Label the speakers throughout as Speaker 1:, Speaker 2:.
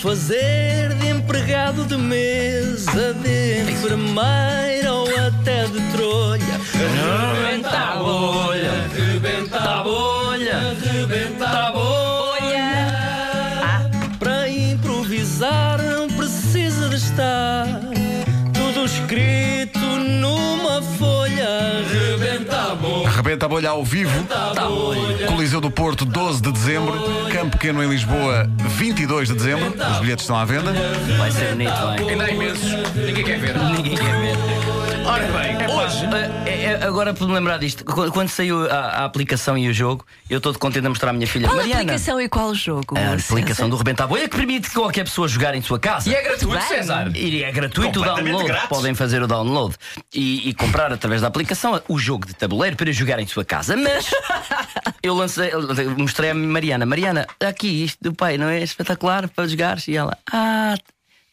Speaker 1: Fazer de empregado de mesa, de enfermeira ou até de trolha. Rebenta a bolha, rebenta a bolha, rebenta a bolha. Para improvisar não precisa de estar tudo escrito numa folha. Rebenta a bolha.
Speaker 2: Arrebenta a bolha ao vivo.
Speaker 1: Tá bolha.
Speaker 2: Coliseu do Porto, 12 de dezembro. Campo Pequeno em Lisboa, 22 de dezembro. Os bilhetes estão à venda.
Speaker 1: Vai ser bonito, vai.
Speaker 3: Ainda há imensos. Ninguém quer ver.
Speaker 1: Ninguém quer ver.
Speaker 3: Ora bem, hoje.
Speaker 1: Ah, é, é, agora por me lembrar disto, Qu- quando saiu a, a aplicação e o jogo, eu estou contente a mostrar à minha filha
Speaker 4: Qual
Speaker 1: Mariana.
Speaker 4: aplicação e qual jogo?
Speaker 1: A
Speaker 4: Moça?
Speaker 1: aplicação do Rebenta a Bolha que permite que qualquer pessoa jogar em sua casa.
Speaker 3: E é gratuito, César.
Speaker 1: E é gratuito o
Speaker 3: Completamente
Speaker 1: download.
Speaker 3: grátis.
Speaker 1: Podem fazer o download e, e comprar através da aplicação o jogo de tabuleiro para jogar em sua casa. Mas eu lancei, mostrei à Mariana: Mariana, aqui isto do pai não é espetacular para jogar? E ela: Ah,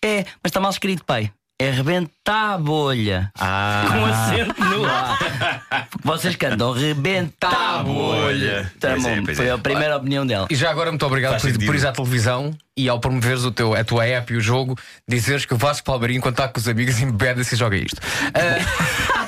Speaker 1: é, mas está mal escrito, pai. É rebentar a bolha. Ah. Com acento no ar. Porque vocês cantam rebentar a bolha. Tá
Speaker 5: Pois é,
Speaker 1: bom,
Speaker 5: pois
Speaker 1: Foi
Speaker 5: é.
Speaker 1: a primeira opinião dela.
Speaker 3: E já agora, muito obrigado
Speaker 5: Faz
Speaker 3: por,
Speaker 5: sentido.
Speaker 3: por ires à televisão e ao promoveres o teu, a tua app e o jogo, dizeres que o Vasco Palmeirinho, quando está com os amigos, embebe-se e joga isto. Ah,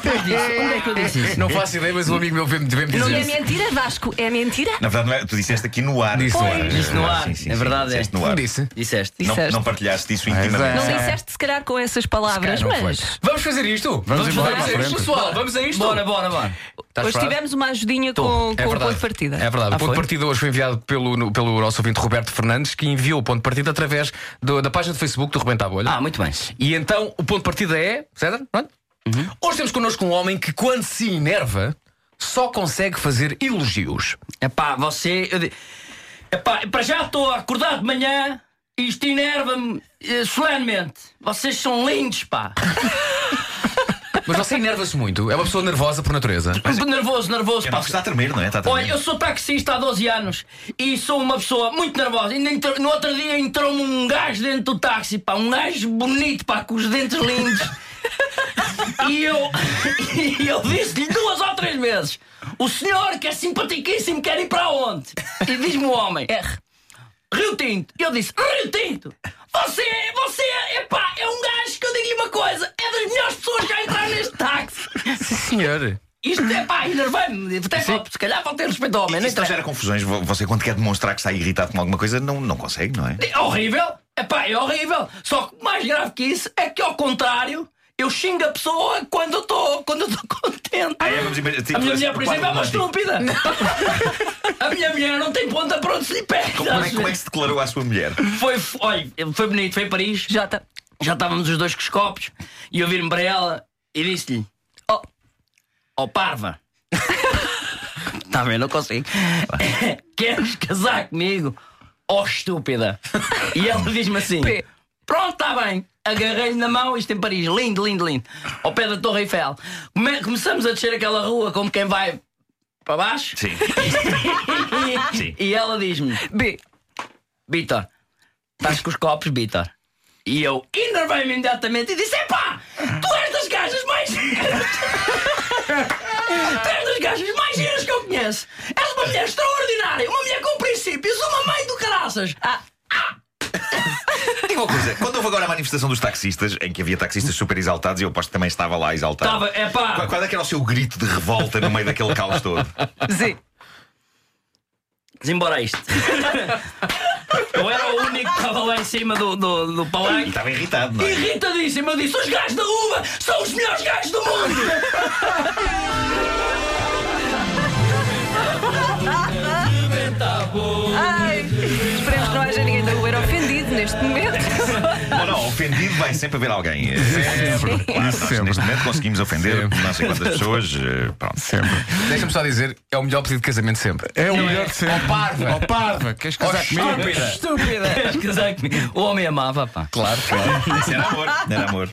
Speaker 1: Pois disse, Onde é que eu disse isso?
Speaker 3: Não faço ideia, mas um amigo meu veio-me veio-me
Speaker 4: Não
Speaker 3: dizer
Speaker 4: é
Speaker 3: isso.
Speaker 4: mentira, Vasco? É mentira?
Speaker 5: Na verdade, não é, tu disseste aqui no ar.
Speaker 3: Disse no ar. Pois.
Speaker 1: Disse no ar.
Speaker 5: Sim, sim,
Speaker 1: É
Speaker 5: sim,
Speaker 1: verdade, é.
Speaker 5: Disseste no
Speaker 3: Não
Speaker 5: ar.
Speaker 3: disse.
Speaker 1: Disseste.
Speaker 5: Não,
Speaker 4: Disseste.
Speaker 5: não partilhaste isso
Speaker 2: Mas
Speaker 5: intimamente.
Speaker 4: Não
Speaker 2: é.
Speaker 4: disseste, se calhar, com essas palavras,
Speaker 3: Cara, não foi.
Speaker 4: mas.
Speaker 3: Vamos fazer isto?
Speaker 2: Vamos embora
Speaker 3: fazer
Speaker 2: para a
Speaker 3: isto,
Speaker 2: frente.
Speaker 3: pessoal. Vamos a isto.
Speaker 1: Bora, bora, bora.
Speaker 3: Estás
Speaker 4: Hoje
Speaker 3: preparado?
Speaker 4: tivemos uma ajudinha com, com o Um ponto de partida.
Speaker 3: É verdade.
Speaker 1: Ah,
Speaker 3: o ponto
Speaker 1: foi?
Speaker 3: de partida hoje foi enviado pelo, no- pelo nosso ouvinte Roberto Fernandes, que enviou o ponto de partida através do- da página do Facebook do Rebenta a Bolha.
Speaker 1: Ah, muito bem.
Speaker 3: E então o ponto de partida é. César? Pronto?
Speaker 2: Uhum.
Speaker 3: Hoje temos connosco um homem que, quando se enerva, só consegue fazer elogios.
Speaker 1: Epá, você. eu di- Epá, para já estou a acordar de manhã e isto enerva-me eh, solenemente. Vocês são lindos, pá.
Speaker 3: Mas você enerva-se muito. É uma pessoa nervosa por natureza.
Speaker 1: Nervoso, nervoso,
Speaker 5: É
Speaker 1: pá.
Speaker 5: porque está a tremer, não é? Está a tremer.
Speaker 1: Olha, eu sou taxista há 12 anos e sou uma pessoa muito nervosa. Ainda entrou- no outro dia entrou-me um gajo dentro do táxi, pá, um gajo bonito, pá, com os dentes lindos. e eu, e eu disse-lhe duas ou três vezes: o senhor que é simpaticíssimo quer ir para onde? E diz-me o homem: R. Rio Tinto. E eu disse: Rio Tinto, você, é- você, é- epá, é um gajo que eu digo-lhe uma coisa: é das melhores pessoas que já entraram neste táxi.
Speaker 3: Sim, senhor.
Speaker 1: Isto é pá, enervei-me. Até pá, Se calhar vou ter respeito ao homem. não
Speaker 5: Isso não
Speaker 1: interessa.
Speaker 5: gera confusões. Vo- Você, quando quer demonstrar que está irritado com alguma coisa, não, não consegue, não é?
Speaker 1: É horrível. É pá, é horrível. Só que mais grave que isso é que, ao contrário, eu xingo a pessoa quando eu estou quando eu estou contente.
Speaker 5: Ah, é, vamos imaginar- tipo,
Speaker 1: a minha mulher,
Speaker 5: assim,
Speaker 1: por
Speaker 5: um
Speaker 1: exemplo, é uma estúpida.
Speaker 5: quadro
Speaker 1: a minha mulher não tem ponta para onde se lhe pega.
Speaker 5: Como é, como é que se declarou à sua mulher?
Speaker 1: Foi, foi, olha, foi bonito, foi em Paris. Já, tá,
Speaker 4: Jota.
Speaker 1: já estávamos os dois com os copos e eu viro-me para ela e disse-lhe: Oh, oh parva. Está bem, não consigo. Queres casar comigo? Oh, estúpida. E ela diz-me assim:
Speaker 4: Pê.
Speaker 1: Pronto, está bem. Agarrei-lhe na mão, isto em Paris, lindo, lindo, lindo. Ao pé da Torre Eiffel. Come- Começamos a descer aquela rua como quem vai para baixo.
Speaker 5: Sim.
Speaker 1: E-
Speaker 5: Sim.
Speaker 1: e ela diz-me:
Speaker 4: B.
Speaker 1: Vitor, estás com os copos, Vitor. E eu enervei-me imediatamente e disse: Epá, tu és das gajas mais. tu és das gajas mais giras que eu conheço. És uma mulher extraordinária, uma mulher com princípios, uma mãe do caraças. Ah,
Speaker 5: Diga uma coisa, quando houve agora a manifestação dos taxistas, em que havia taxistas super exaltados, e eu aposto que também estava lá exaltado.
Speaker 1: estava,
Speaker 5: Qu-
Speaker 1: epá.
Speaker 5: Qual é que era o seu grito de revolta no meio daquele caos todo?
Speaker 4: Z.
Speaker 1: Embora isto. eu era o único que estava lá em cima do, do, do
Speaker 5: E
Speaker 1: palanque.
Speaker 5: estava irritado, não é?
Speaker 1: Irritadíssimo, eu disse: os gajos da uva são os melhores gajos do mundo!
Speaker 4: Ai. Esperemos que não haja ninguém do Uber ofendido neste momento.
Speaker 5: Ou não, ofendido vai sempre haver alguém. Sempre. Claro, nós
Speaker 2: Sempre.
Speaker 5: neste momento conseguimos ofender não sei quantas pessoas. eh, Pronto.
Speaker 2: Sempre.
Speaker 3: Deixa-me só dizer, é o melhor pedido de casamento sempre.
Speaker 2: É o melhor de sempre.
Speaker 3: Ó parva.
Speaker 2: Ó parva, queres
Speaker 3: Ó,
Speaker 2: casar comigo?
Speaker 3: estúpida.
Speaker 1: Estúpida! Queres casar comigo? O homem amava, pá.
Speaker 3: Claro, claro.
Speaker 5: Isso era amor. Era amor.